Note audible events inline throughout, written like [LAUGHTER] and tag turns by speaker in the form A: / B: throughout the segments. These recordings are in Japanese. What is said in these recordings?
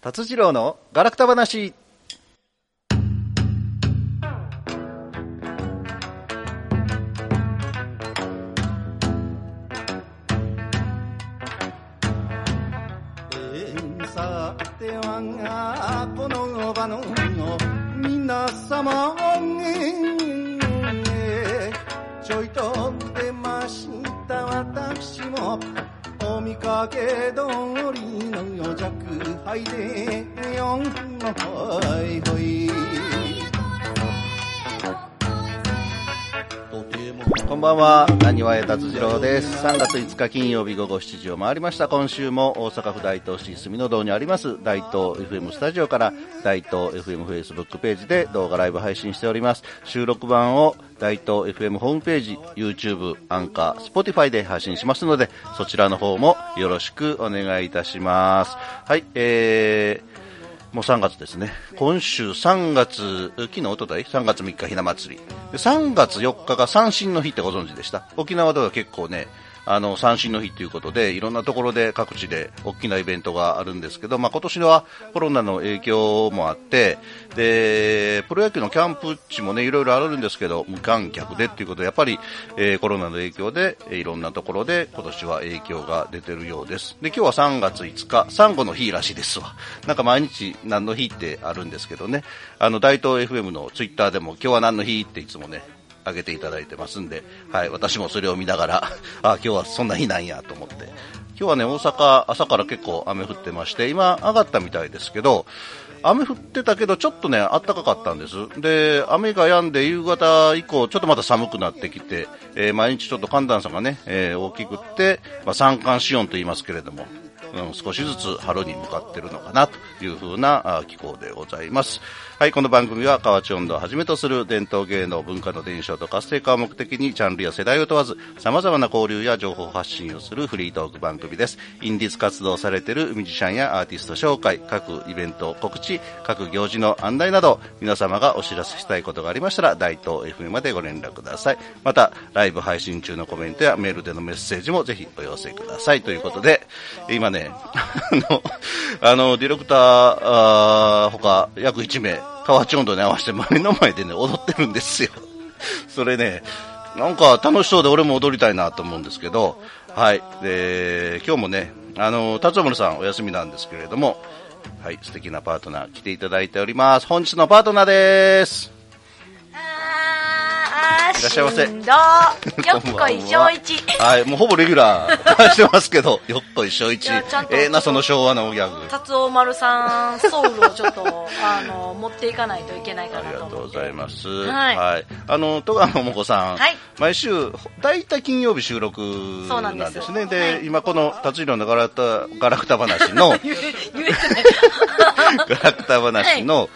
A: 達次郎のガラクタ話。
B: えーさてはこの場の皆様えーちょいと出ました私もお見かけ通りの弱敗で四のほいほいとても
A: こんばんは、なにわえ達次郎です。3月5日金曜日午後7時を回りました。今週も大阪府大東市住の堂にあります、大東 FM スタジオから、大東 FM フェイスブックページで動画ライブ配信しております。収録版を大東 FM ホームページ、YouTube、アンカー、Spotify で配信しますので、そちらの方もよろしくお願いいたします。はい、えー、もう3月ですね。今週3月、え昨日、おととい ?3 月3日ひな祭り。で3月4日が三振の日ってご存知でした沖縄では結構ね、あの、三振の日ということで、いろんなところで各地で大きなイベントがあるんですけど、まあ今年はコロナの影響もあって、で、プロ野球のキャンプ地もね、いろいろあるんですけど、無観客でっていうことで、やっぱり、えーコロナの影響で、えーいろんなところで今年は影響が出てるようです。で、今日は3月5日、サンゴの日らしいですわ。 [LAUGHS] なんか毎日何の日ってあるんですけどね、あの、大東 FM のツイッターでも今日は何の日っていつもね、上げていただいてますんで、はい、私もそれを見ながら、 [LAUGHS] あ今日はそんな日なんやと思って。今日はね、大阪、朝から結構雨降ってまして、今上がったみたいですけど、雨降ってたけど、ちょっとね、暖かかったんです。で、雨が止んで夕方以降、ちょっとまた寒くなってきて、えー毎日ちょっと寒暖差がね、えー大きくって、まあ、三寒四温と言いますけれども、うん、少しずつ春に向かってるのかなというふうなあ気候でございます。はい、この番組は河内温度をはじめとする伝統芸能文化の伝承と活性化を目的にジャンルや世代を問わず様々な交流や情報発信をするフリートーク番組です。インディーズ活動をされているミュージシャンやアーティスト紹介、各イベント告知、各行事の案内など皆様がお知らせしたいことがありましたら大東 FM までご連絡ください。また、ライブ配信中のコメントやメールでのメッセージもぜひお寄せください。ということで、今ね、 [LAUGHS] あの、あのディレクター、あー他約1名、河内温度に合わせて前の前でね、踊ってるんですよ。それね、なんか楽しそうで俺も踊りたいなと思うんですけど、はい。で、今日もね、あの、辰丸さんお休みなんですけれども、はい、素敵なパートナー来ていただいております。本日のパートナーです。
C: あーあー
A: いらっしゃいませ
C: しんどよっ
A: こんばん
C: こ
A: はい
C: 正 [LAUGHS] 一
A: はい、もうほぼレギュラー [LAUGHS] してますけど、よっこいしょいち
C: いやちゃん。と
A: ええな、その昭和のギャグ。
C: 達夫丸さんソウルをちょっとあの持っていかないといけないか
A: あ
C: な
A: り
C: と
A: がと
C: 思
A: うご
C: って
A: ざいます。
C: はい
A: あの、戸川桃子さん、
C: はい
A: 毎週、大体金曜日収録
C: そう
A: な
C: なんん
A: で
C: ですす
A: ね。で
C: はい
A: 今この、達郎のガラクタ、ガラクタ話の、
C: 言え言 [LAUGHS] えてない
A: [LAUGHS] ガラクタ話の、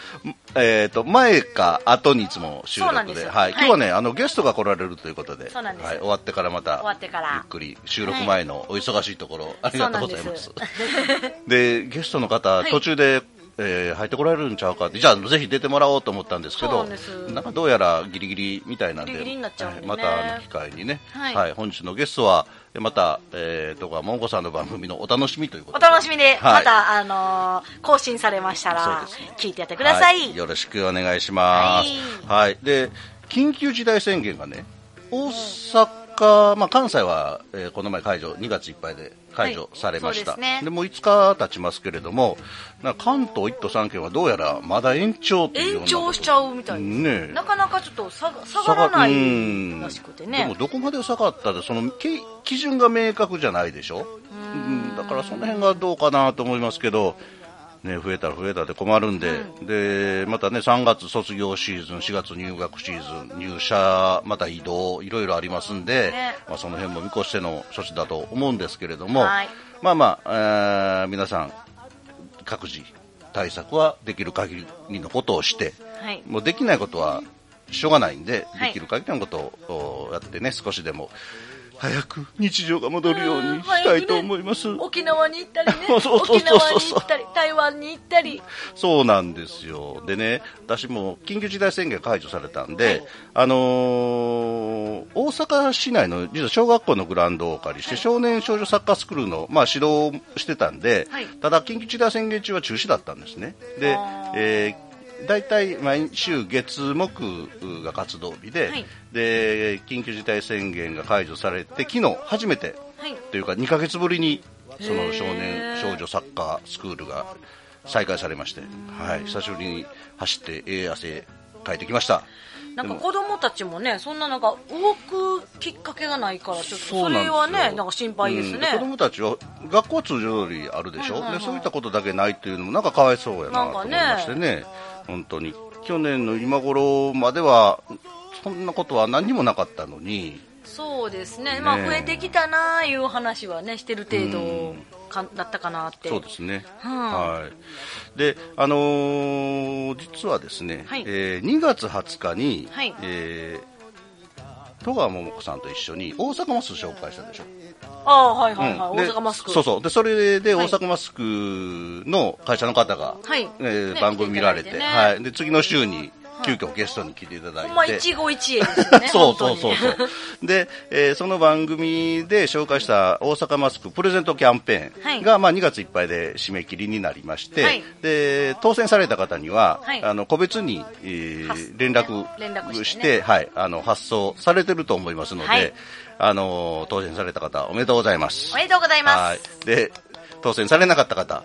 A: えっ、と、前か後にいつも収
C: そうなん
A: 録
C: で
A: で、
C: す
A: はい、
C: は
A: 今
C: い
A: 日はね、あの、ゲストが来られるということで、
C: そうなんです
A: はい、終わってからまた、
C: 終わってから
A: ゆっくり、収録前のお忙しいところ、あり
C: そ
A: が
C: う
A: と
C: な
A: うんござ
C: で
A: い
C: す
A: ます。で、ゲストの方、
C: い
A: 途中で、えー入ってこられるんちゃうかって、じゃあぜひ出てもらおうと思ったんですけ
C: そう
A: ど、
C: なんです
A: なんかどうやらギリギリみたいなんで、
C: ギリギリになっちゃうんでね
A: はいまたあの機会にね、は、
C: はいい
A: 本日のゲストは、また、えー、とか、もんこさんの番組のお楽しみというこ
C: お
A: とで。
C: 楽しみで、
A: はい
C: またあの更新されましたら
A: そうですね
C: 聞いてやってください、
A: はよろしくお願いします。はい。で、緊急事態宣言がね、大阪、まあ、関西は、えーこの前解除、2月いっぱいで解除されました。
C: はいそうですね
A: もう5日経ちますけれども、なんか関東1都3県はどうやらまだ延長っていうような
C: 延長しちゃうみたいです、
A: ねえ
C: なかなかちょっと下が下がらな
A: う
C: い
A: ん
C: らしくて
A: で
C: ね
A: もどこまで下がったでそのけ基準が明確じゃないでしょうんだからその辺がどうかなと思いますけど、ね、増えたら増えたで困るんで、でまたね3月卒業シーズン4月入学シーズン入社また移動いろいろありますんで、
C: ね
A: まあ、その辺も見越しての処置だと思うんですけれども、
C: はい
A: まあまあ、えー皆さん各自対策はできる限りのことをして、
C: はい
A: もうできないことはしょうがないんで、
C: はい
A: できる限りのことをおやってね、少しでも早く日常が戻るようにしたいと思います。
C: 沖縄に行った [LAUGHS] りね
A: そうそうそうそう
C: 沖縄に行ったり台湾に行ったり
A: そうなんですよ。でね、私も緊急事態宣言解除されたんで、あのー大阪市内の実は小学校のグラウンドをお借りして、少年少女サッカースクールの、まあ、指導をしてたんで、
C: はい
A: ただ緊急事態宣言中は中止だったんですね。で
C: あー、
A: えー大体毎週月木が活動日で,、
C: はい
A: で緊急事態宣言が解除されて昨日初めて
C: はい
A: というか2ヶ月ぶりにその少
C: へ
A: 年
C: ー
A: 少女サッカースクールが再開されまして、はい、久しぶりに走ってええ汗かいてきました
C: なん
A: でも
C: か子供たちもねそんななんか動くきっかけがないからちょっとそれは
A: そうなんです
C: ね
A: よ
C: なんか心配ですね
A: うん子供たちは学校は通常通りあるでしょ、
C: はいはいはい
A: でそういったことだけないっていうのもなんかかわいそうやな
C: なん
A: と
C: か
A: 思い
C: ね
A: ましてね本当に去年の今頃まではそんなことは何にもなかったのに
C: そうですね
A: ね
C: まあ増えてきたなあいう話はねしてる程
A: う
C: 度
A: ん
C: かだったかなって
A: そうですね、
C: は
A: はいであのー実はですね、
C: はい
A: えー2月20日に、
C: はい
A: えー戸川桃子さんと一緒に大阪マスク紹介したでしょ、
C: ああはいはいはい、
A: うんで
C: 大阪マスク
A: そうそうでそれで
C: は
A: 大
C: い
A: 阪マスクの会社の方が、
C: はい
A: えー
C: ね
A: 番組見られて
C: 来いただ
A: はいい、で次の週に
C: い
A: 急遽ゲストに来ていただいて、
C: ほんま一期一会ですよね
A: [LAUGHS] そうそうそう
C: 本当
A: そ
C: に
A: う。で、えーその番組で紹介した大阪マスクプレゼントキャンペ
C: は
A: ーン
C: い
A: が、まあ2月いっぱいで締め切りになりまして、
C: はい
A: で当選された方には、
C: はい
A: あの個別に、えー
C: 発
A: 連絡
C: 連絡してね
A: はい、あの発送されてると思いますので、
C: はい
A: あの当選された方おめでとうございます。
C: おめでとうございます
A: はい。で、当選されなかった方、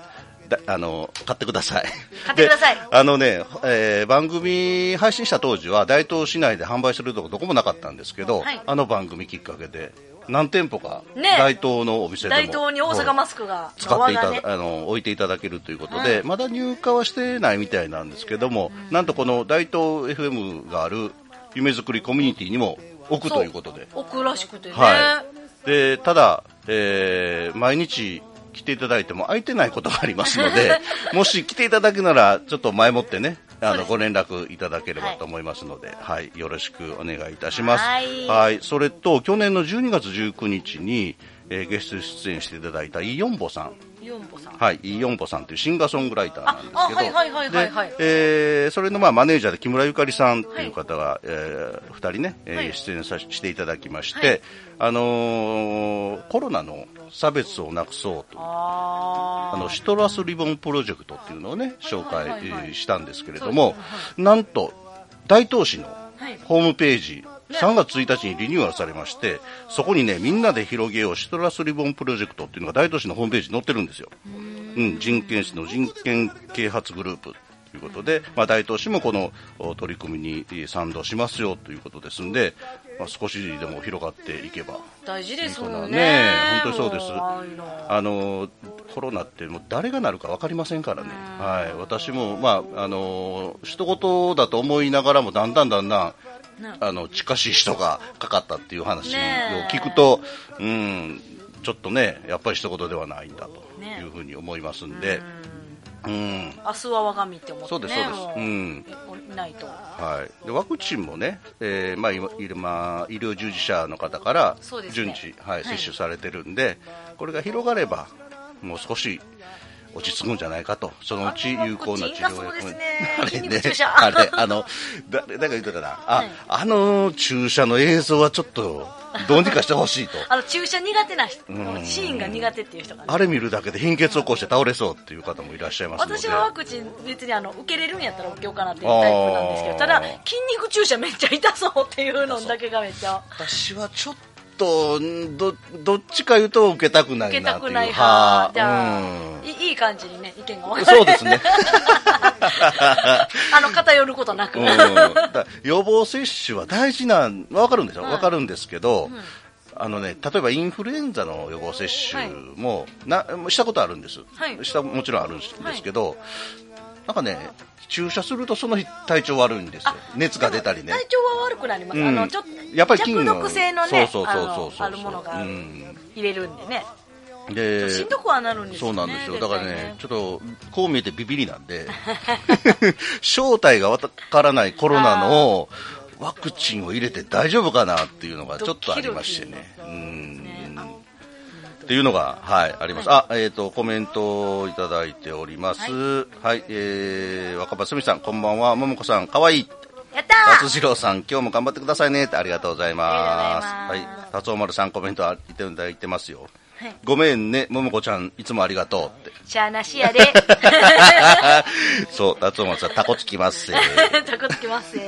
A: だあの、買ってください。
C: [LAUGHS] 買ってください
A: であのね、えー番組配信した当時は、大東市内で販売するとこどこもなかったんですけど、
C: はい
A: あの番組きっかけで、何店舗か、
C: ね
A: 大東のお店でも。
C: 大東に大阪マスクが
A: 使っていた、
C: 側がね
A: あの置いていただけるということ
C: は
A: で、
C: い
A: まだ入荷はしてないみたいなんですけども、なんとこの大東 FM がある夢づくりコミュニティにも置くということで、
C: そう奥らしくてね、
A: はい、でただ、えー毎日来ていただいても空いてないことがありますの
C: [LAUGHS]
A: でもし来ていただくならちょっと前もってねあ
C: そうで
A: の
C: す
A: ご連絡いただければと思いますので、はいよろしくお願いいたします。
C: はい
A: それと去年の12月19日に、えーゲスト出演していただいたイ・ヨンボさん、
C: ユンボさん
A: はい、イ・ヨンボさんというシンガーソングライターなんですけど
C: ああはいはいはいはいはい
A: でえーそれのまあマネージャーで木村ゆかりさんという方が、えー二人ね、えー
C: はい
A: 出演させしていただきまして、
C: はい
A: あのーコロナの差別をなくそうという
C: あ
A: あ
C: ー
A: のシトラスリボンプロジェクトっていうのをね紹介、
C: はいはいはい
A: えーしたんですけれども、
C: そうです
A: なんと大東市の
C: はい
A: ホームページ、3月1日にリニューアルされましてそこにねみんなで広げようシトラスリボンプロジェクトっていうのが大東市のホームページに載ってるんですよ、うん、人権市の人権啓発グループということで、まあ、大東市もこのお取り組みにえー賛同しますよということですんで、まあ、少しでも広がっていけば
C: 大事ですもんね
A: ね本当にそうです
C: もああいうの
A: あのコロナってもう誰がなるか分かりませんからね、はい、私も、まあ、あの一言だと思いながらもだんだんだんだん
C: ね
A: あの近しい人がかかったっていう話を
C: ねえ
A: 聞くと、うん、ちょっとねやっぱり一言ではないんだと
C: ね
A: いうふうに思いますんで、うん
C: 明日は我が身って思って
A: そう
C: ね
A: ですそうです
C: も
A: うん
C: いないと
A: はい、でワクチンもね、えーまあ、今今医療従事者の方から
C: そうですね
A: 順次、はい、
C: はい
A: 接種されてるんで、これが広がればもう少し落ち着くんじゃないかとそのうち有効な治療
C: あのワクチンがそうですね
A: あれ
C: 筋
A: ね
C: 肉注射
A: あれあの誰誰が言ったかなあ、
C: はい
A: あの注射の映像はちょっとどうにかしてほしいと
C: あの注射苦手な人シーンが苦手っていう人がね
A: あれ見るだけで貧血を起こして倒れそうっていう方もいらっしゃいますので
C: 私はワクチン別にあの受けれるんやったら受けようかなっていうタイプなんですけ
A: あ
C: ど
A: ー
C: ただ筋肉注射めっちゃ痛そうっていうのだけがめっちゃ
A: 私はちょっとんどどっちか言うと受けたくない
C: 受け
A: な
C: た
A: ってい
C: く
A: う
C: ない
A: はあ
C: 派じゃ
A: うん
C: あいいい感じにね意見が分かれ
A: そうですね、
C: [LAUGHS] あの偏ることなく
A: うん、だから予防接種は大事なんわかるんですよ、
C: はい
A: わかるんですけど、あのね、例えばインフルエンザの予防接種も、なしたことあるんです、
C: はい
A: したもちろんあるんですけど、なんかね注射するとその日体調悪いんですよ熱が出たりね
C: 体調は悪くなります、
A: うん
C: あのちょっと
A: やっぱり菌の
C: 弱毒性のね
A: そうそうそうそうそう
C: あのあるものが
A: うん
C: 入れるんでね、
A: で
C: しんどくはなるんです
A: そ
C: よ
A: う
C: ね
A: なんですよ。だからね、ち
C: 絶
A: ょっと、こう見えてビビりなんで、正体がわからないコロナの、ワクチンを入れて大丈夫かなっていうのがちょっとありましてね。う
C: ね
A: ん
C: あの
A: っていうのが、はい、あります。あ、えっ、と、コメントをいただいております。はい、えー、若葉すみさん、こんばんは。ももこさん、かわいい。
C: やった
A: 達
C: ー
A: 次郎さん、今日も頑張ってくださいねってありがとうございます。
C: ありがとうございます
A: はい、達尾丸さん、コメントいただいてますよ。
C: はい
A: ごめんね、ももこちゃん、いつもありがと
C: [LAUGHS]
A: うって。
C: しゃあなしやで。
A: そう、達尾丸さん、タコつきますせ。
C: たこつきますね。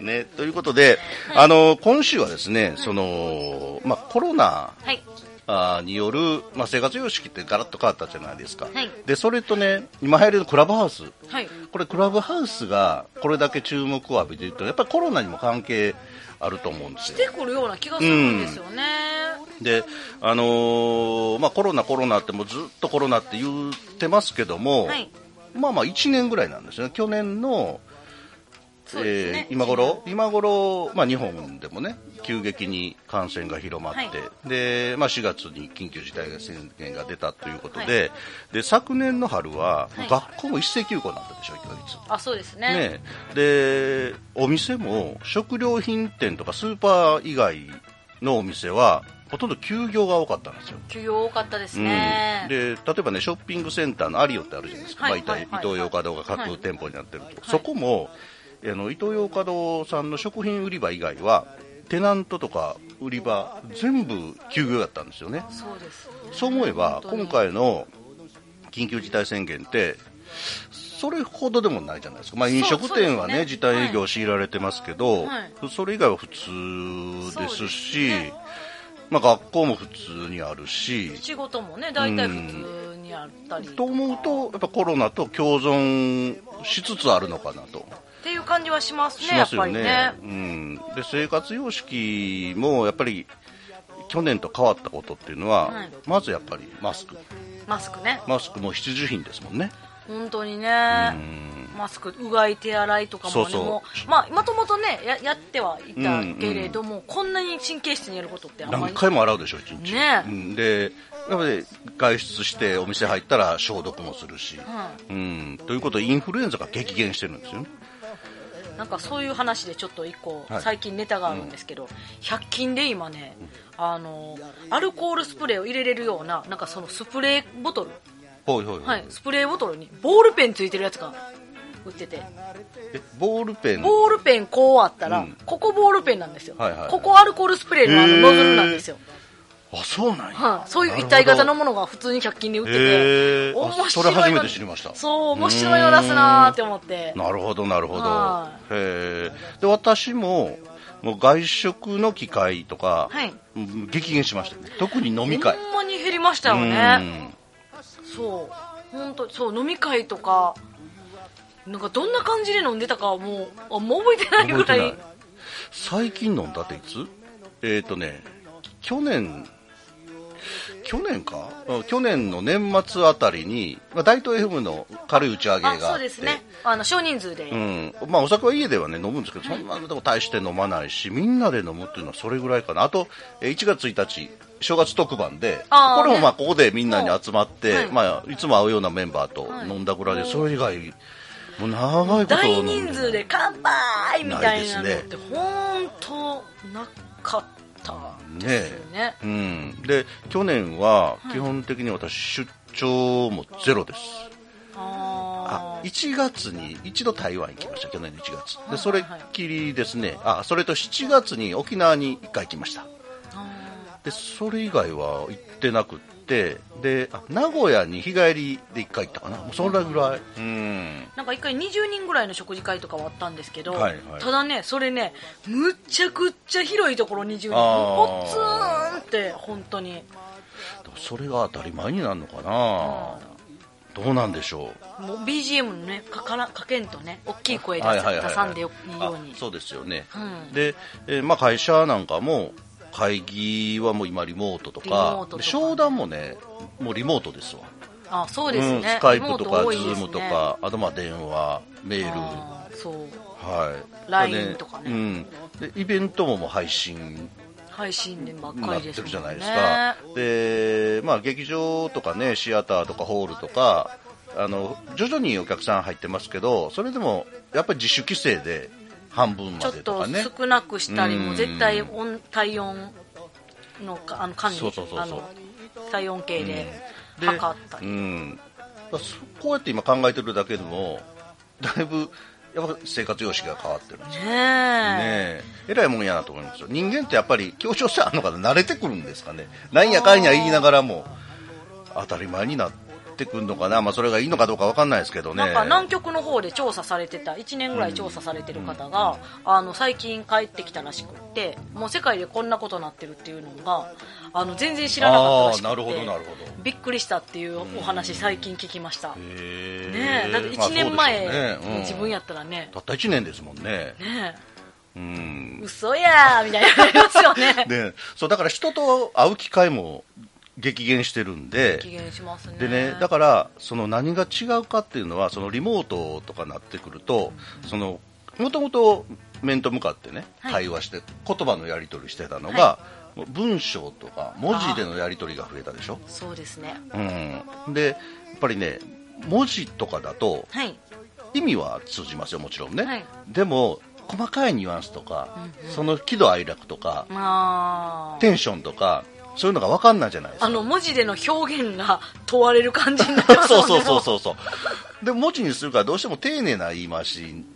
A: ね、ということで、あの、今週はですね、その、まあ、コロナ
C: はい。
A: あーによる、まあ、生活様式ってガラッと変わったじゃないですか、
C: はい
A: でそれとね今流行りのクラブハウス
C: はい。
A: これクラブハウスがこれだけ注目を浴びているとやっぱりコロナにも関係あると思うんですよ
C: してくるような気がするんですよね。
A: で、あのーまあ、コロナコロナってもうずっとコロナって言ってますけども、
C: はい
A: まあまあ1年ぐらいなんですよね去年の、
C: そうですね
A: えー今頃今頃、まあ、日本でもね急激に感染が広まって、
C: はい
A: でまあ、4月に緊急事態宣言が出たということで,、で昨年の春は、
C: はい
A: 学校も一斉休校になったでしょ1ヶ月。
C: あ、そうですね。
A: ね、でお店も食料品店とかスーパー以外のお店はほとんど休業が多かったんですよ。
C: 需要多かったです
A: うん、
C: ね。
A: で例えばねショッピングセンターのアリオってあるじゃないですか、
C: はい
A: まあ、
C: はい
A: 伊
C: はい
A: 東洋華堂が
C: は
A: 各
C: い
A: 店舗になってると、
C: い
A: そこもあの伊東洋華堂さんの食品売り場以外はテナントとか売り場全部休業だったんですよね
C: そうです、ね。
A: そう思えば
C: 本当に
A: 今回の緊急事態宣言ってそれほどでもないじゃないですか、まあ、
C: そう
A: 飲食店はね
C: そうですね
A: 時短営業を強いられてますけど、
C: はい
A: それ以外は普通で
C: そう
A: す
C: です
A: し
C: ね
A: まあ、学校も普通にあるし
C: 仕事もね、大体普通にあったり。
A: と思うとやっぱコロナと共存しつつあるのかなと
C: っていう感じはしますね、
A: します
C: やっ
A: よ
C: ぱ
A: ね
C: りね。
A: うん、で生活様式もやっぱり去年と変わったことっていうのは、
C: はい
A: まずやっぱりマスク
C: マスクね。
A: マスクも必需品ですもんね
C: 本当にね。マスク、うがい、手洗いとかもね、
A: そうそう
C: もうまあ、もともとねや、やってはいたけれども、こんなに神経質にやることってあんま
A: 何
C: り。
A: 回も洗うでしょ一日、
C: ねえ
A: うん、でやっぱり外出してお店入ったら消毒もするし、うん、ということでインフルエンザが激減してるんですよね
C: なんかそういう話でちょっと一個、
A: はい
C: 最近ネタがあるんですけど、100均で今ね、あのアルコールスプレーを入れれるようななんかそのスプレーボトル、
A: ほいほいほい、
C: はい、スプレーボトルにボールペンついてるやつが売ってて
A: えボールペン
C: ボールペンこうあったら、
A: うん
C: ここボールペンなんですよ、
A: はいはいはい
C: ここアルコールスプレーのあのノズルなんですよ、
A: あそうなんや、
C: はい、そういう一体型のものが普通に100均で売ってて
A: へーあ
C: 面白いな
A: それ初めて知りました
C: そう面白いの出すなーって思って
A: なるほどなるほど
C: は
A: へえで私ももう外食の機会とか、
C: はい
A: うん激減しましたね特に飲み会
C: ほんまに減りましたよね、そう本当そう飲み会とかなんかどんな感じで飲んでたかはもうあもう覚えてない
A: うん覚
C: ぐ
A: えて
C: らい
A: ない最近飲んだっていつえっ、とね去年去年かうん去年の年末あたりに、まあ、大東 FM の軽い打ち上げがあ
C: あ
A: って
C: そうですねあの少人数で、
A: うんまあ、お酒は家では、ね、飲むんですけどそんなでも大して飲まないしみんなで飲むっていうのはそれぐらいかなあとえー1月1日正月特番で
C: あ
A: こ
C: ー
A: れも
C: ね
A: まあここでみんなに集まって、
C: はい
A: まあ、いつも会うようなメンバーと
C: はい
A: 飲んだぐらいで、それ以外もう長いこと
C: 大
A: 飲んで
C: 人数で乾杯みたいなの
A: ない
C: っ
A: で
C: て本当なかった
A: ね
C: よ
A: え
C: ね
A: うん、で去年は基本的に私、出張もゼロです、あ
C: あー
A: 1月に一度台湾行きました去年の1月で
C: い
A: それっきりですねあそれと7月に沖縄に1回来ました
C: あ
A: でそれ以外は行ってなくってであ名古屋に日帰りで1回行ったかなもうそれぐらいうん
C: ーなんか一回20人ぐらいの食事会とかはあったんですけど、
A: はいはい
C: ただねそれねむっちゃくっちゃ広いところ20人
A: あー
C: ポツーンって本当に
A: それが当たり前になるのかな、どうなんでしょう
C: もう BGM のねかからかけんとね大きい声出
A: はい
C: さ
A: はいはいはい
C: 出さんでよいいように
A: あそうですよね、
C: うん
A: で、えーまあ、会社なんかも会議はもう今リモートとか
C: リモートとか
A: で商談もねもうリモートですわ
C: あそうですね、
A: ん、スカイプと
C: リ
A: か、
C: モート多
A: ズ
C: いで
A: ー
C: すね
A: ムとかあとまあ電話メール
C: あーそう
A: はい、
C: LINE とかね
A: うん、でイベントももう配信
C: 配信でばっ
A: に
C: か
A: なっ
C: り
A: てる
C: ですもんね
A: じゃないですか、でまあ、劇場とかねシアターとかホールとかあの徐々にお客さん入ってますけどそれでもやっぱり自主規制で半分
C: ち
A: ま
C: ょっ
A: でと
C: と
A: かね
C: 少なくしたりも、
A: うん
C: 絶対温体温のかあの管理
A: そうそうそうそう
C: あの体温計で
A: で
C: 測ったり、
A: うん、だからそこうやって今考えてるだけでもだいぶやっぱ生活様式が変わってるんですよ
C: ね
A: ね
C: え
A: ええらいもんやなと思いますよ人間ってやっぱり協調性あるのかな慣れてくるんですかねなんやかんや言いながらも当たり前になってくるのかな、まあ、それがいいのかどうかわかんないですけどね
C: なんか南極の方で調査されてた1年ぐらい調査されてる方が、あの最近帰ってきたらしくってもう世界でこんなことなってるっていうのがあの全然知らなかったらしくて
A: あーなるほどなるほど
C: びっくりしたっていうお話最近聞きました、
A: ね
C: ねえだって1年前、自分
A: や
C: やったらね
A: たった1年ですもんね
C: ね
A: うん
C: え嘘やーみたいになりますよね
A: でそうだから人と会う機会も激減してるん [LAUGHS] で
C: 機嫌しますね
A: でね、だからその何が違うかっていうのはそのリモートとかなってくるとそのもともと面と向かってね
C: はい
A: 会話して言葉のやり取りしてたのが、
C: は
A: もう文章とか文字でのやり取りが増えたでしょ、
C: そうですね
A: うん、でやっぱりね文字とかだと
C: はい
A: 意味は通じますよもちろんね、
C: はい
A: でも細かいニュアンスとか、その喜怒哀楽とか、
C: まあ
A: テンションとかそういうのが分かんないじゃないですか
C: あの文字での表現が問われる感じになりま
A: [LAUGHS] [LAUGHS]
C: す
A: そ
C: もん
A: うそ
C: ね
A: うそうそうそう。で文字にするからどうしても丁寧な言い回し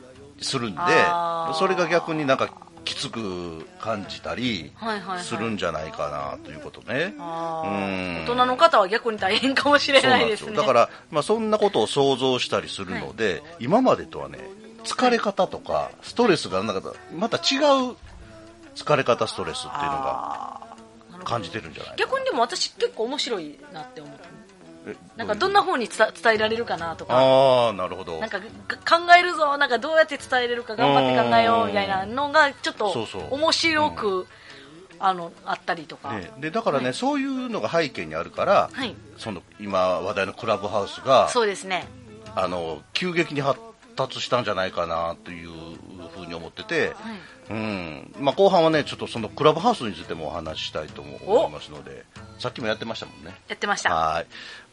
A: するんで
C: あー、
A: それが逆になんかきつく感じたり
C: はいはいはい
A: するんじゃないかなということね。
C: あー
A: うん
C: 大人の方は逆に大変かもしれ
A: そう
C: な
A: ないんで
C: ですす
A: よ。
C: ね
A: だからまあそんなことを想像したりするので、今までとはね疲れ方とかストレスがなんかまた違う疲れ方ストレスっていうのが
C: あーなるほど
A: 感じてるんじゃないか
C: 逆にでも私結構面白いなって思った
A: え
C: なんかどんな風に伝伝えられるかなとか
A: ああなるほど
C: なんかが考えるぞなんかどうやって伝えれるか頑張って考えようみたいなのがちょっ
A: そう
C: と
A: そう
C: 面白くあのあったりとか、
A: ね、でだからね、
C: は
A: そういうのが背景にあるから、
C: はい
A: その今話題のクラブハウスが
C: そうですね
A: あの急激に発達したんじゃないかなというふうに思ってて、うんまあ、後半はねちょっとそのクラブハウスについてもお話ししたいとも思いますのでさっきもやってましたもんね。
C: やってました
A: はい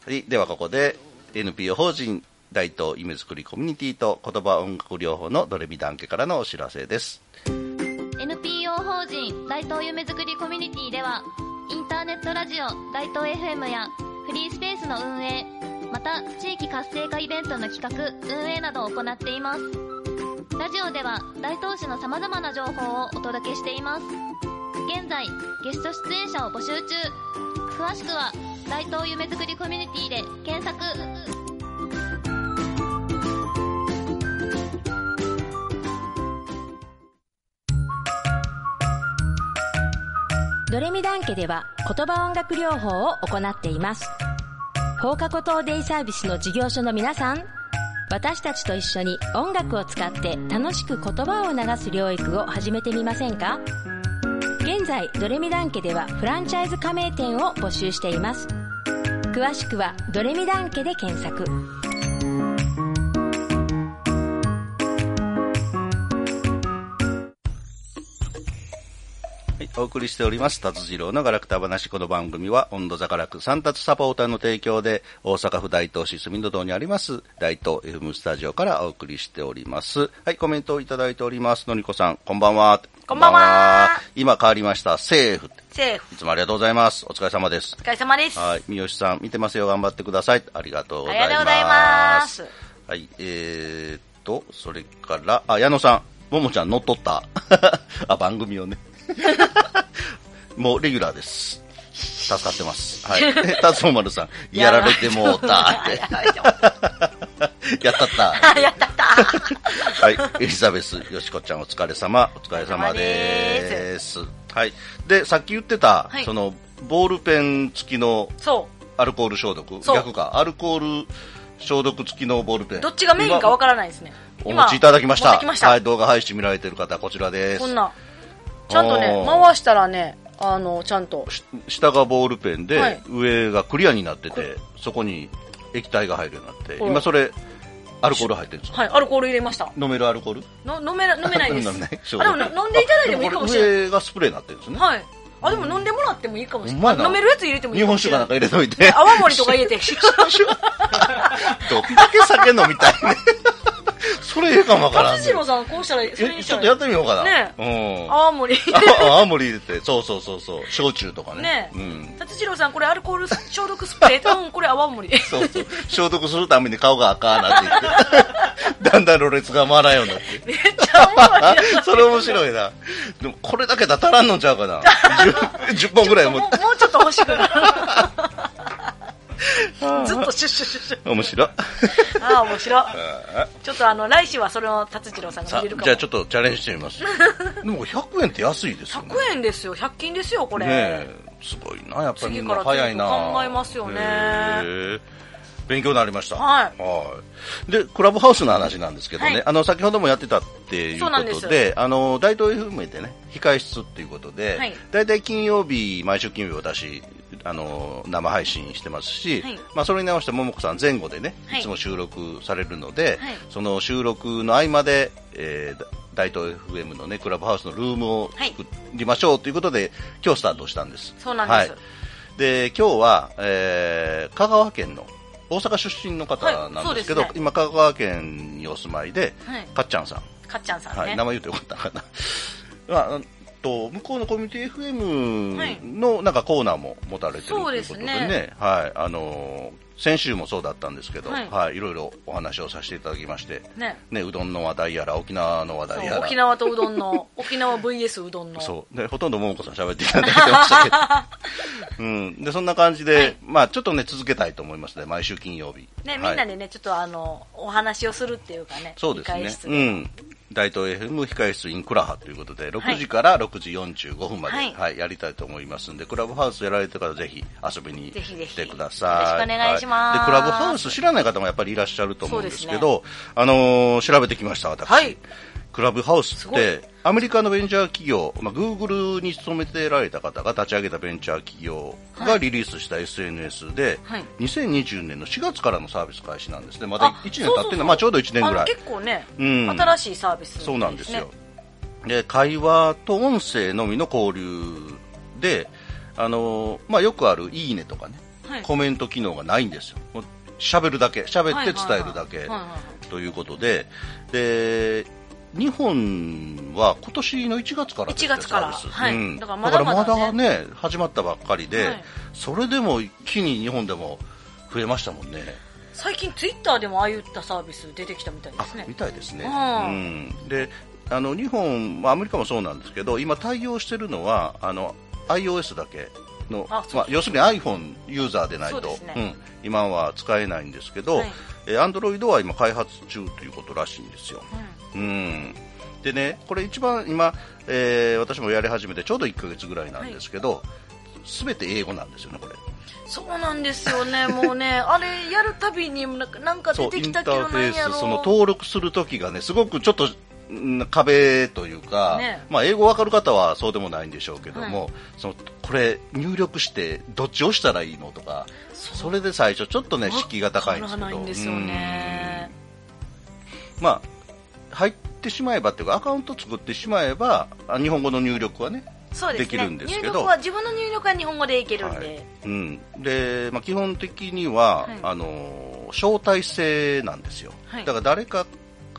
A: はいではここで NPO 法人大東夢作りコミュニティと言葉音楽療法のドレミダン家からのお知らせです
D: NPO 法人大東夢作りコミュニティではインターネットラジオ大東 FM やフリースペースの運営また地域活性化イベントの企画運営などを行っていますラジオでは大東市の様々な情報をお届けしています現在ゲスト出演者を募集中詳しくは大東夢作りコミュニティで検索
E: ドレミダン家では言葉音楽療法を行っています。放課後等デイサービスの事業所の皆さん、私たちと一緒に音楽を使って楽しく言葉を流す療育を始めてみませんか現在、ドレミダン家ではフランチャイズ加盟店を募集しています。詳しくはドレミダン家で検索。
A: はい、お送りしております、達次郎のガラクタ話。この番組は、温度座ガラク三達サポーターの提供で、大阪府大東市住戸堂にあります、大東 FM スタジオからお送りしております。はい、コメントをいただいております。のりこさん、こんばんは。
C: こんばんは
A: 今変わりました、セーフ。
C: セーフ
A: いつもありがとうございます。お疲れ様です
C: お。疲れ様です
A: はい、三好さん、見てますよ、頑張ってください。ありがとうございます。
C: ありがとうございます
A: はい、えーっと、それから、あ、矢野さん、ももちゃん乗っ取った [LAUGHS] あ、番組をね。 [LAUGHS] もうレギュラーです。助かってます。
C: [LAUGHS]
A: はい。で達夫丸さん、やられてもうたって。やったった。
C: あやったった [LAUGHS]
A: はい、エリザベス、よしこちゃんお疲れ様、お疲れ様です。はい、で、さっき言ってた、
C: はい
A: そのボールペン付きの
C: そ
A: アルコール消毒、
C: そう
A: 逆か、アルコール消毒付きのボールペン。
C: うどっちがメインかわからないですね
A: 今お持ちいただきまし
C: 持ったてきました
A: はい、動画配信見られてる方、こちらです。
C: こんなちゃんとね
A: おー
C: 回したらねあのちゃんと
A: し下がボールペンで、
C: はい
A: 上がクリアになってて、そこに液体が入るようになって、
C: ほら
A: 今それ、アルコール入ってるんですか
C: はいアルコール入れました
A: 飲めるアルコール
C: の飲
A: [LAUGHS]
C: めな飲めないです
A: 飲めない
C: あでも飲んでいただいてもいいかもしれ
A: あ
C: な
A: で
C: い
A: こ上がスプレーになってるんですね。
C: はい。あ、でも飲んでもらってもいいかもしれ
A: ほんま
C: な
A: や
C: い。
A: な
C: 飲めるやつ入れてもいい
A: 日
C: かも
A: 本
C: し
A: 酒
C: れ
A: かな
C: な
A: ん
C: い。
A: か入れといて。[LAUGHS]
C: 泡 [LAUGHS] 盛とか入れて。 [LAUGHS]
A: どんだけ酒飲みたいね。それええかもわからん、
C: 達次郎さんこうしたらいいそれい
A: え
C: い
A: ち
C: じ
A: ょ
C: ゃ
A: っ
C: ん
A: とやってみようかな。
C: ね
A: うん。
C: 青森
A: [LAUGHS] あ青森入れて、そうそうそうそう、焼酎とかね。
C: ね
A: うん。
C: 達次郎さんこれアルコール消毒スプレーうんこれ青
A: [LAUGHS]
C: 森
A: そうそう。消毒するために顔が赤なっていって、 [LAUGHS] だんだんろれつが回らんようになって。
C: めっちゃ青森
A: [LAUGHS] それ面白いな。でも、これだけだったら足らんのちゃうかな。10, 本ぐらい
C: [LAUGHS] も
A: も
C: う。もうちょっと欲しくなるずっとシュッシュッシュッシュッ
A: 面白い。
C: ああ面白いちょっとあの来週はそれを達次郎さんが
A: さ
C: 見れるかも
A: じゃあちょっとチャレンジしてみ
C: [LAUGHS]
A: ます。でも100円って安いですよね。
C: 100円ですよ100均ですよこれ、
A: ねえ、すごいな、やっぱりみんな早いな。
C: 次からちょっと考えますよね
A: へえ勉強になりました。
C: はい
A: いで、クラブハウスの話なんですけどね、
C: はい
A: あの、先ほどもやってたっていうこ
C: そうなんで
A: と
C: す
A: で、あの、大東 FM でね、控室っていうことで、
C: はい
A: 大体金曜日、毎週金曜日私、あの、生配信してますし、
C: はい
A: まあ、それに合わせて桃子さん前後でね、
C: はい
A: いつも収録されるので、
C: はい
A: その収録の合間で、えーだ大東 FM のね、クラブハウスのルームを作りましょうということで、今日スタートしたんです。
C: そうなんです
A: はいで今日は、えー香川県の大阪出身の方なんですけど、
C: はいそうですね
A: 今、香川県にお住まいで、
C: はい
A: かっちゃんさん、
C: かっちゃんさんね、
A: はい、名前言うとよかったかな、 [LAUGHS] まああのと向こうのコミュニティ
C: はい
A: FM のなんかコーナーも持たれてるということで
C: そう
A: ね、
C: ですね
A: はいあのー先週もそうだったんですけど、
C: は
A: はいいい、ろいろお話をさせていただきまして、
C: ね
A: ね、うどんの話題やら、沖縄の話題
C: そ
A: や
C: う
A: ら
C: 沖。縄とうどん
A: [LAUGHS]
C: の沖縄 VS うどんの
A: そう。で、ほとんど桃子さん喋っていただいてま
C: [LAUGHS]
A: したけど。うん。で、そんな感じで、
C: はい
A: まあちょっとね、続けたいと思いますね。毎週金曜日。
C: ね、
A: はい
C: みんなでねちょっとあのお話をするっていうかね
A: そうです
C: 理解室
A: ね。
C: で
A: うん。大東 FM 控室 in クラハということで、
C: はい
A: 6時から6時45分まで、
C: は
A: はいい、やりたいと思いますんで、クラブハウスやられてからぜひ遊びに
C: ぜひぜひ
A: 来てください。
C: よろしくお願いします
A: はで、クラブハウス知らない方もやっぱりいらっしゃると思うんですけど、あのー調べてきました、私。
C: はい
A: クラブハウス
C: す
A: っ
C: ごい
A: て、アメリカのベンチャー企業、まあ、Google に勤めてられた方が立ち上げたベンチャー企業がリリースした SNS で、
C: はい
A: 2020年の4月からのサービス開始なんですね。まだ1年経って
C: そう
A: ない、
C: そうそう
A: まあちょうど1年ぐ
C: あ
A: ら
C: の
A: い。
C: 結構ね、
A: うん
C: 新しいサービス、
A: そうなんですよ。で会話と音声のみの交流で、あのまあ、よくある「いいね」とかね、
C: はい
A: コメント機能がないんですよ。もう喋るだけ、喋って伝えるだ
C: はい
A: け
C: はいはいはいはいは
A: ということで、で日本は今年の1月からですね
C: 1月から
A: サービス
C: はい
A: うん
C: だ
A: だ
C: か
A: からら
C: ま
A: ま
C: だ
A: だ
C: まだね
A: ね始まったばっかりで、
C: はい
A: それでも一気に日本でも増えましたもんね。
C: 最近ツイッターでもああいったサービス出てきたみたいで
A: あ
C: すね
A: みたいですね。
C: うん
A: うん、であの日本、まあ、アメリカもそうなんですけど今、対応してるのはあの iOS だけの
C: あそうそう
A: まあ、要するに iPhone ユーザーでない
C: そうで
A: と
C: すね
A: うん、今は使えないんですけど、
C: はい
A: えー Android は今開発中ということらしいんですよ。うんでね、これ一番今、えー私もやり始めてちょうど1ヶ月ぐらいなんですけど、すべて英語なんですよね、これ。
C: そうなんですよね、もうね、あれやるたびになんか、なんか
A: そ
C: 出
A: う
C: て
A: イ
C: き
A: ンタ
C: たけど、
A: ーフ
C: な
A: ェ
C: んや
A: ー
C: ろ
A: ス、その登録するときがね、すごくちょっとん壁というか、
C: ね
A: まあ、英語わかる方はそうでもないんでしょうけども、そのこれ、入力してどっち押したらいいのとか、それで最初、ちょっとね、敷居が高いんですけ
C: わから
A: ど、
C: ないんですよね。
A: うんまあ、入ってしまえばっていうか、アカウント作ってしまえば、あ日本語の入力はね、
C: そうですね、
A: できるんですけど
C: 入力は自分の入力は日本語でいけるんで、
A: はいうんでまあ、基本的には、
C: はい
A: あのー招待制なんですよ、
C: はい
A: だから誰か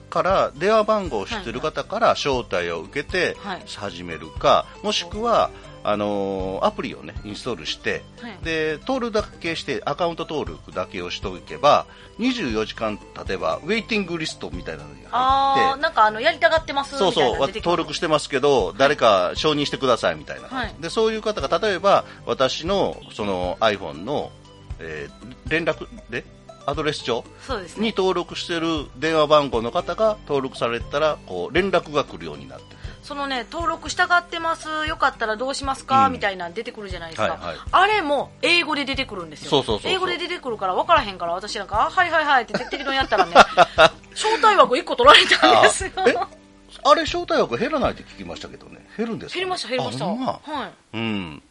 A: から電話番号を知ってる方から招待を受けて
C: はい
A: 始めるか、もしくはあのーアプリを、ね、インストールして、
C: はい
A: で登録だけしてアカウント登録だけをしておけば24時間経てばウェイティングリストみたいなのに入
C: あ
A: っ
C: ー
A: て。
C: なんかあのやりたがってますみ
A: そう
C: たいな
A: そう
C: の
A: わ
C: 出てきた
A: 登録してますけど、誰か承認してくださいみたいな感じ、
C: はい
A: でそういう方が例えば私のその iPhone の、えー連絡でアドレス帳
C: そうですね
A: に登録してる電話番号の方が登録されたらこう連絡が来るようになってて
C: そのね登録したがってますよかったらどうしますか、
A: うん
C: みたいなの出てくるじゃないですか、
A: はいはい
C: あれも英語で出てくるんですよ
A: そうそうそうそう
C: 英語で出てくるから分からへんから私なんかあはいはいはいって適当にやったらね招待枠1個取られたん [LAUGHS] ですよ
A: あえあれ招待枠減らないって聞きましたけどね減るんですか
C: 減りました減りました
A: あほんま
C: はい
A: うん、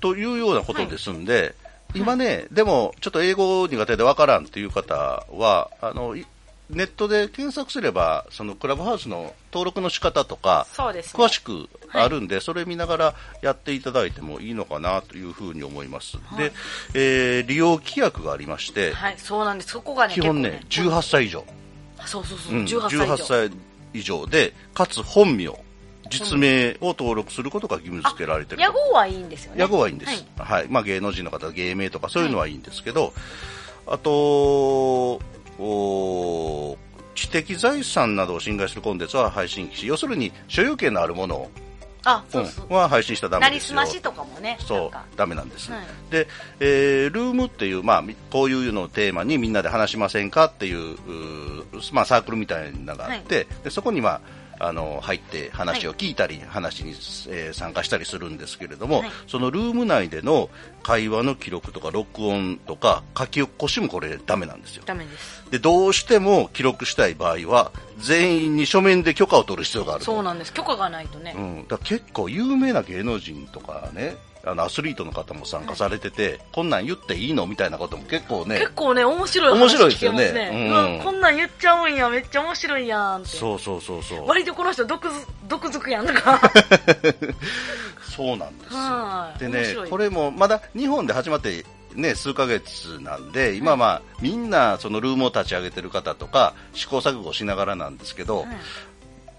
A: というようなことですんで、今ね、でもちょっと英語苦手でわからんっていう方はあのいネットで検索すればそのクラブハウスの登録の仕方とか
C: そうですね
A: 詳しくあるんで、それ見ながらやっていただいてもいいのかなというふうに思います、で、えー利用規約がありまして、
C: はい、そうなんです。そこがね、
A: 基本ね
C: 結構
A: 18歳以上、
C: ねそうそうそう、
A: うん、
C: 18歳以上
A: 18歳以上で、かつ本名、実名を登録することが義務付けられてる
C: 野号はいいんですよね
A: 野号はいいんです、はいまあ、芸能人の方、芸名とかそういうのはいいんですけど、あとお知的財産などを侵害するコンテンツは配信禁止要するに所有権のあるものを
C: あそうそう、
A: うんは配信したらダ
C: な
A: メで
C: り
A: す
C: す
A: よ
C: ましとかもねなん
A: そ
C: か
A: う、ダメなんです。
C: はい
A: で、えールームっていう、まあ、みこういうのをテーマにみんなで話しませんかっていう、うーまあ、サークルみたいなのがあって、でそこに、まあ、あの入って話を聞いたり、話に、えー参加したりするんですけれども、
C: はい
A: そのルーム内での会話の記録とか録音とか書き起こしもこれダメなんですよ
C: ダメです
A: でどうしても記録したい場合は全員に書面で許可を取る必要があると
C: そうなんです許可がないとね、
A: うん、だから結構有名な芸能人とかねあのアスリートの方も参加されてて、こんなん言っていいのみたいなことも結構ね
C: 結構ね面白い
A: 面
C: 話
A: 白いです
C: 聞け
A: よ
C: ます
A: ね
C: ね
A: うん
C: うわこんなん言っちゃうんやめっちゃ面白いやんって
A: そうそうそうそう
C: 割とこの人毒づ毒づくやんとか
A: [LAUGHS] そうなんです
C: は
A: よ
C: い
A: で
C: 面
A: ね
C: 白い
A: これもまだ日本で始まってね、数ヶ月なんで今、まあみんなそのルームを立ち上げてる方とか試行錯誤しながらなんですけど、
C: うん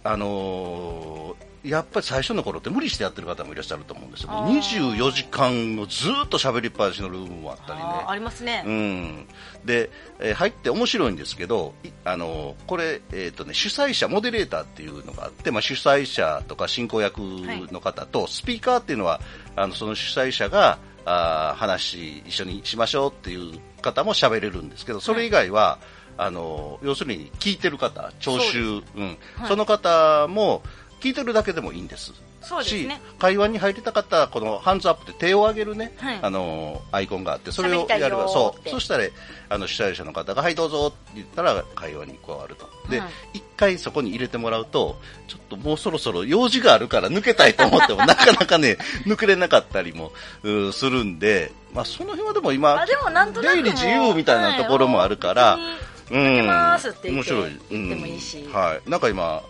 A: あのーやっぱり最初の頃って無理してやってる方もいらっしゃると思うんですよもう
C: あー
A: 24時間をずっと喋りっぱなしのルームもあったりね
C: あーありますね、
A: うん、で、えー入って面白いんですけど、いあのーこれ、えーとね、主催者、モデレーターっていうのがあって、まあ、主催者とか進行役の方と、スピーカーっていうのはあのその主催者があー話一緒にしましょうっていう方も喋れるんですけどそれ以外は、あのー要するに聞いてる方、聴
C: そ
A: 衆、
C: う
A: うん
C: はい
A: その方も聞いてるだけでもいいんです。
C: そうですね
A: し会話に入りたかったらこのハンズアップで手を上げるね、
C: はい
A: あのーアイコンがあってそれ
C: 喋
A: を
C: りたいよ
A: やればそ
C: っ
A: う
C: て
A: そしたらあの主催者の方がはいどうぞって言ったら会話に加わるとで、
C: はい
A: 一回そこに入れてもらうとちょっともうそろそろ用事があるから抜けたいと思ってもなかなかね抜けれなかったりもうーするんで、まあ、その辺はでも今
C: あでもなんとなく
A: 出入り自由みたいなところもあるから
C: はいもう
A: うん
C: けますって言
A: 面
C: って
A: 白い、うん
C: 言ってもいいし
A: はい、なんか今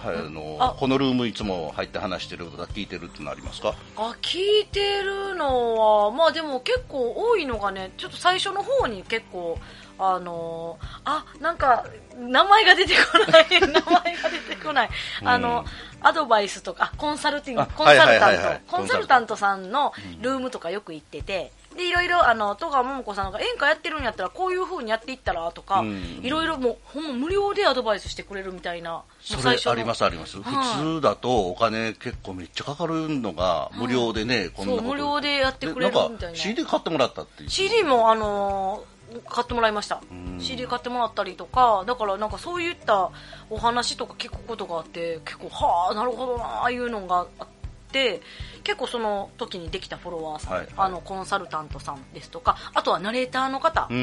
A: はいあの
C: あ
A: このルームいつも入って話してることが聞いてるってのありますか
C: あ聞いてるのはまあでも結構多いのがねちょっと最初の方に結構あのーあなんか名前が出てこない名前が出てこないあの、アドバイスとかあコンサルティン
A: あ
C: グコンサルタ
A: はいはい
C: ン
A: はいはい
C: トコンサルタントさんのルームとかよく行ってて。でいろいろあの戸川桃子さんが演歌やってるんやったらこういう風にやっていったらとか、
A: うん
C: いろいろもうほんま無料でアドバイスしてくれるみたいな
A: そ
C: もう
A: れ
C: 最初の
A: ありますあります、
C: はい
A: 普通だとお金結構めっちゃかかるのが無料でね、こんな
C: そう
A: こと
C: 無料でやってくれる
A: で
C: みた
A: ないん
C: な
A: か CD 買ってもらったっていう
C: CD もあのー買ってもらいました
A: ん
C: CD 買ってもらったりとかだからなんかそういったお話とか聞くことがあって結構はあなるほどなああいうのがあって結構その時にできたフォロワーさん、
A: はいはい
C: あのコンサルタントさんですとかあとはナレーターの方、
A: うんう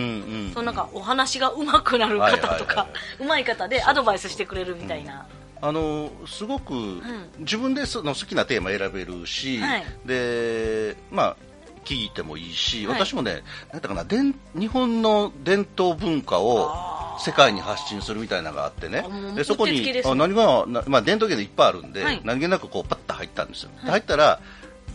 A: ん
C: そのなんかお話が上手くなる方
A: はい
C: と
A: はいはい
C: か上手い方でアドバイスしてくれるみたいな、
A: あのすごく、自分でその好きなテーマ選べるし、
C: はい
A: でまあ聞いてもいいし、
C: はい
A: 私もねなんだかな伝日本の伝統文化を世界に発信するみたいなのがあってね
C: あもう
A: でそこ
C: うってつ
A: に
C: けですね
A: あ何もなまあ伝統芸能いっぱいあるんで、
C: はい
A: 何気なくこうパッと入ったんですよ、で入ったら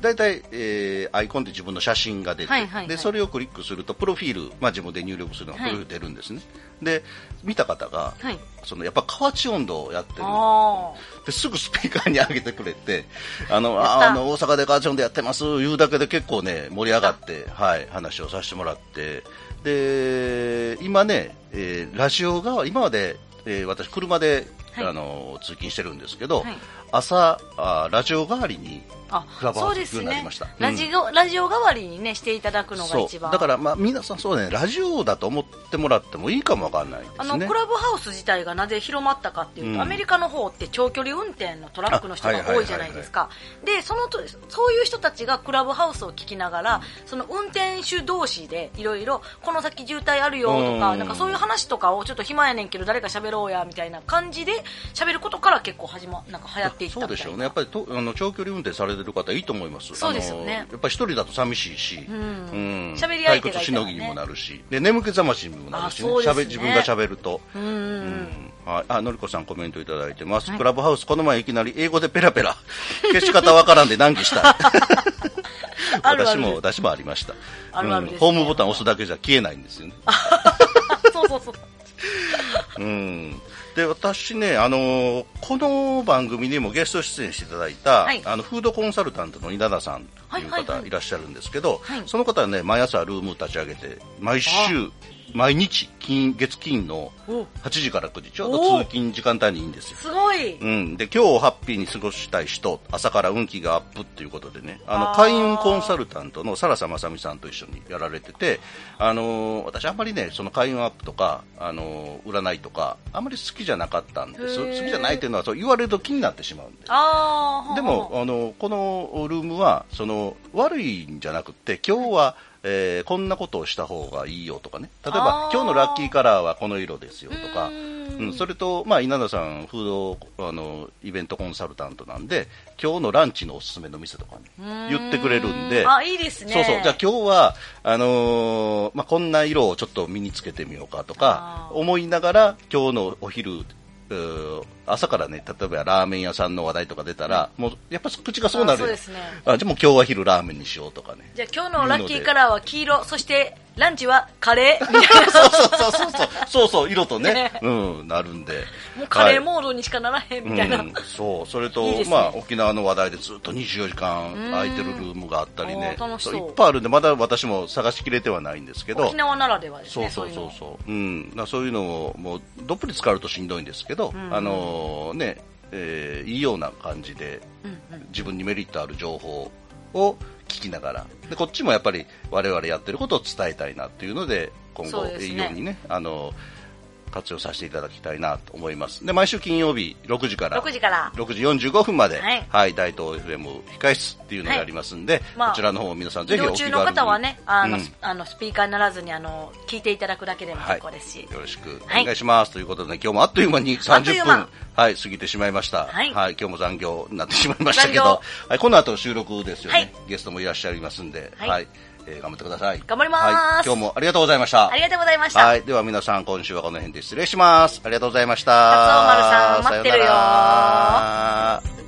A: 大体、えーアイコンって自分の写真が出て、
C: はいはいはい
A: でそれをクリックするとプロフィール、まあ、自分で入力するのがプロフィール出るんですね、で見た方が、
C: はい
A: そのやっぱ河内音頭をやってる
C: あ
A: ですぐスピーカーに上げてくれ
C: [LAUGHS]
A: て、あの、
C: った
A: あ [LAUGHS] あの大阪でガーチョンでやってます、いうだけで結構ね、盛り上がって、はい、話をさせてもらって、で、今ね、えーラジオが、今まで、えー私、車で、
C: はい
A: あの、通勤してるんですけど、
C: はい
A: 朝あー、ラジオ代わりに、
C: あ
A: クラブハ
C: そ
A: ウ
C: う
A: ス行くよう
C: です
A: になり
C: ね
A: ましたうん
C: ラジオラジオ代わりにねしていただくのが
A: そ
C: 一
A: う、
C: 番
A: だから、まあ、皆さん、そうね、ラジオだと思ってもらってもいいかもわかんないですね。
C: あのクラブハウス自体がなぜ広まったかっていうと、
A: うん
C: アメリカの方って長距離運転のトラックの人
A: あ
C: が
A: はいはい
C: 多いじゃないですか、でそのとそういう人たちがクラブハウスを聞きながら、その運転手同士でいろいろこの先渋滞あるよとか,、
A: うん
C: なんかそういう話とかをちょっと暇やねんけど誰か喋ろうやみたいな感じで喋ることから結構始まなんか流行っていった
A: そう
C: みた
A: で
C: いな
A: しょうね、やっぱりとあの長距離運転されてる方、いいと思います、
C: そうですよ
A: あ
C: ね
A: のやっぱり一人だと寂しいし、うん
C: 喋り相手
A: 退
C: がいたらね
A: 屈しのぎにもなるし、で眠気覚ましにもなるし、ね
C: あそうですね
A: 喋自分が喋ると、
C: うんうんうん
A: はい、あのりこさん、コメントいただいてます、クラブハウス、この前いきなり英語でペラペラ、 [LAUGHS] 消し方わからんで難儀した、
C: [LAUGHS] あるあ
A: 私
C: る
A: も私もありました、
C: あるあるですね
A: [LAUGHS] ホームボタン押すだけじゃ消えないんですよね。
C: そうそうそう
A: うん、で私ね、あのーこの番組にもゲスト出演していただいた、
C: はい
A: あのフードコンサルタントの稲田さんという
C: はいはい
A: 方
C: はい
A: いらっしゃるんですけど、
C: はい
A: その方はね毎朝ルームを立ち上げて毎週毎日金月金の
C: お
A: 8時から9時ちょうど通勤時間帯にいいんですよ。
C: すごい、
A: うん、で今日をハッピーに過ごしたい人朝から運気がアップということでねあの
C: あー
A: 開運コンサルタントのサラサマサミさんと一緒にやられてて、あのー私あんまりねその開運アップとか、あのー占いとかあんまり好きじゃなかったんで
C: へ
A: す
C: ー
A: 好きじゃないというのはそう言われると気になってしまうんで
C: ああ
A: でも、あのこのルームはその悪いんじゃなくって今日は、えーこんなことをした方がいいよとかね例えば
C: あー
A: 今日のラッキーカラーはこの色ですよとか
C: うーん
A: うん、それと、まあ、稲田さんフードあのイベントコンサルタントなんで今日のランチのおすすめの店とか、ね、言ってくれるんで。
C: あいいですね
A: そうそうじゃあ今日はあのーまあ、こんな色をちょっと身につけてみようかとか
C: あー
A: 思いながら今日のお昼うー朝からね例えばラーメン屋さんの話題とか出たら、もうやっぱ口がそうなる
C: あそう
A: よ
C: ですね
A: あじゃあもう今日は昼ラーメンにしようとか
C: [LAUGHS]
A: ね
C: じゃあ今日のラッキーカラーは黄色そしてランチはカレーみたいな
A: そうそうそうそうそうそう色とね
C: ね、
A: うん、なるんで
C: もうカレー
A: はい
C: モードにしかならへんみたいな、
A: うん、そうそれと
C: いいですね
A: まあ、沖縄の話題でずっと24時間空いてるルームがあったりね
C: あー楽しそう
A: いっぱいあるんでまだ私も探しきれてはないんですけど
C: 沖縄ならではです
A: そう
C: ね
A: そうそう
C: う
A: そううんだからそういうのをもうどっぷり使うとしんどいんですけど、
C: ん
A: あのね、えーいいような感じで
C: いうのうんうん
A: 自分にメリットある情報を聞きながらでこっちもやっぱり我々やってることを伝えたいなっていうので今
C: そ
A: 後
C: うですね
A: いいようにねあの活用させていただきたいなと思いますで毎週金曜日6時から
C: 6時から
A: 6時45分まで、は
C: はいい、
A: 大東 FM 控室っていうのをやりますんで、
C: まあ
A: こちらの方を皆さんぜ
C: 移
A: ひお
C: 動
A: 気軽
C: 中
A: に
C: の方はねあの、
A: うん
C: スあのスピーカーにならずにあの聞いていただくだけでも
A: はい、
C: 結
A: よ
C: 構ですし、
A: ろしくお
C: はい
A: 願いします、ということで、今日もあっという間に
C: あっとい
A: 30分
C: う間、
A: はい、過ぎてしまいました、
C: はい
A: 今日も残業になってしまいましたけど、
C: 残
A: はい、この後収録ですよね、
C: はい
A: ゲストもいらっしゃいますんで、は
C: はいい
A: えー頑張ってください。
C: 頑張ります
A: はい、今日もありがとうございました。
C: ありがとうございました、
A: はい、では皆さん、今週はこの辺で失礼します。ありがとうございました。
C: 松尾丸さん待ってるよ
A: さようなら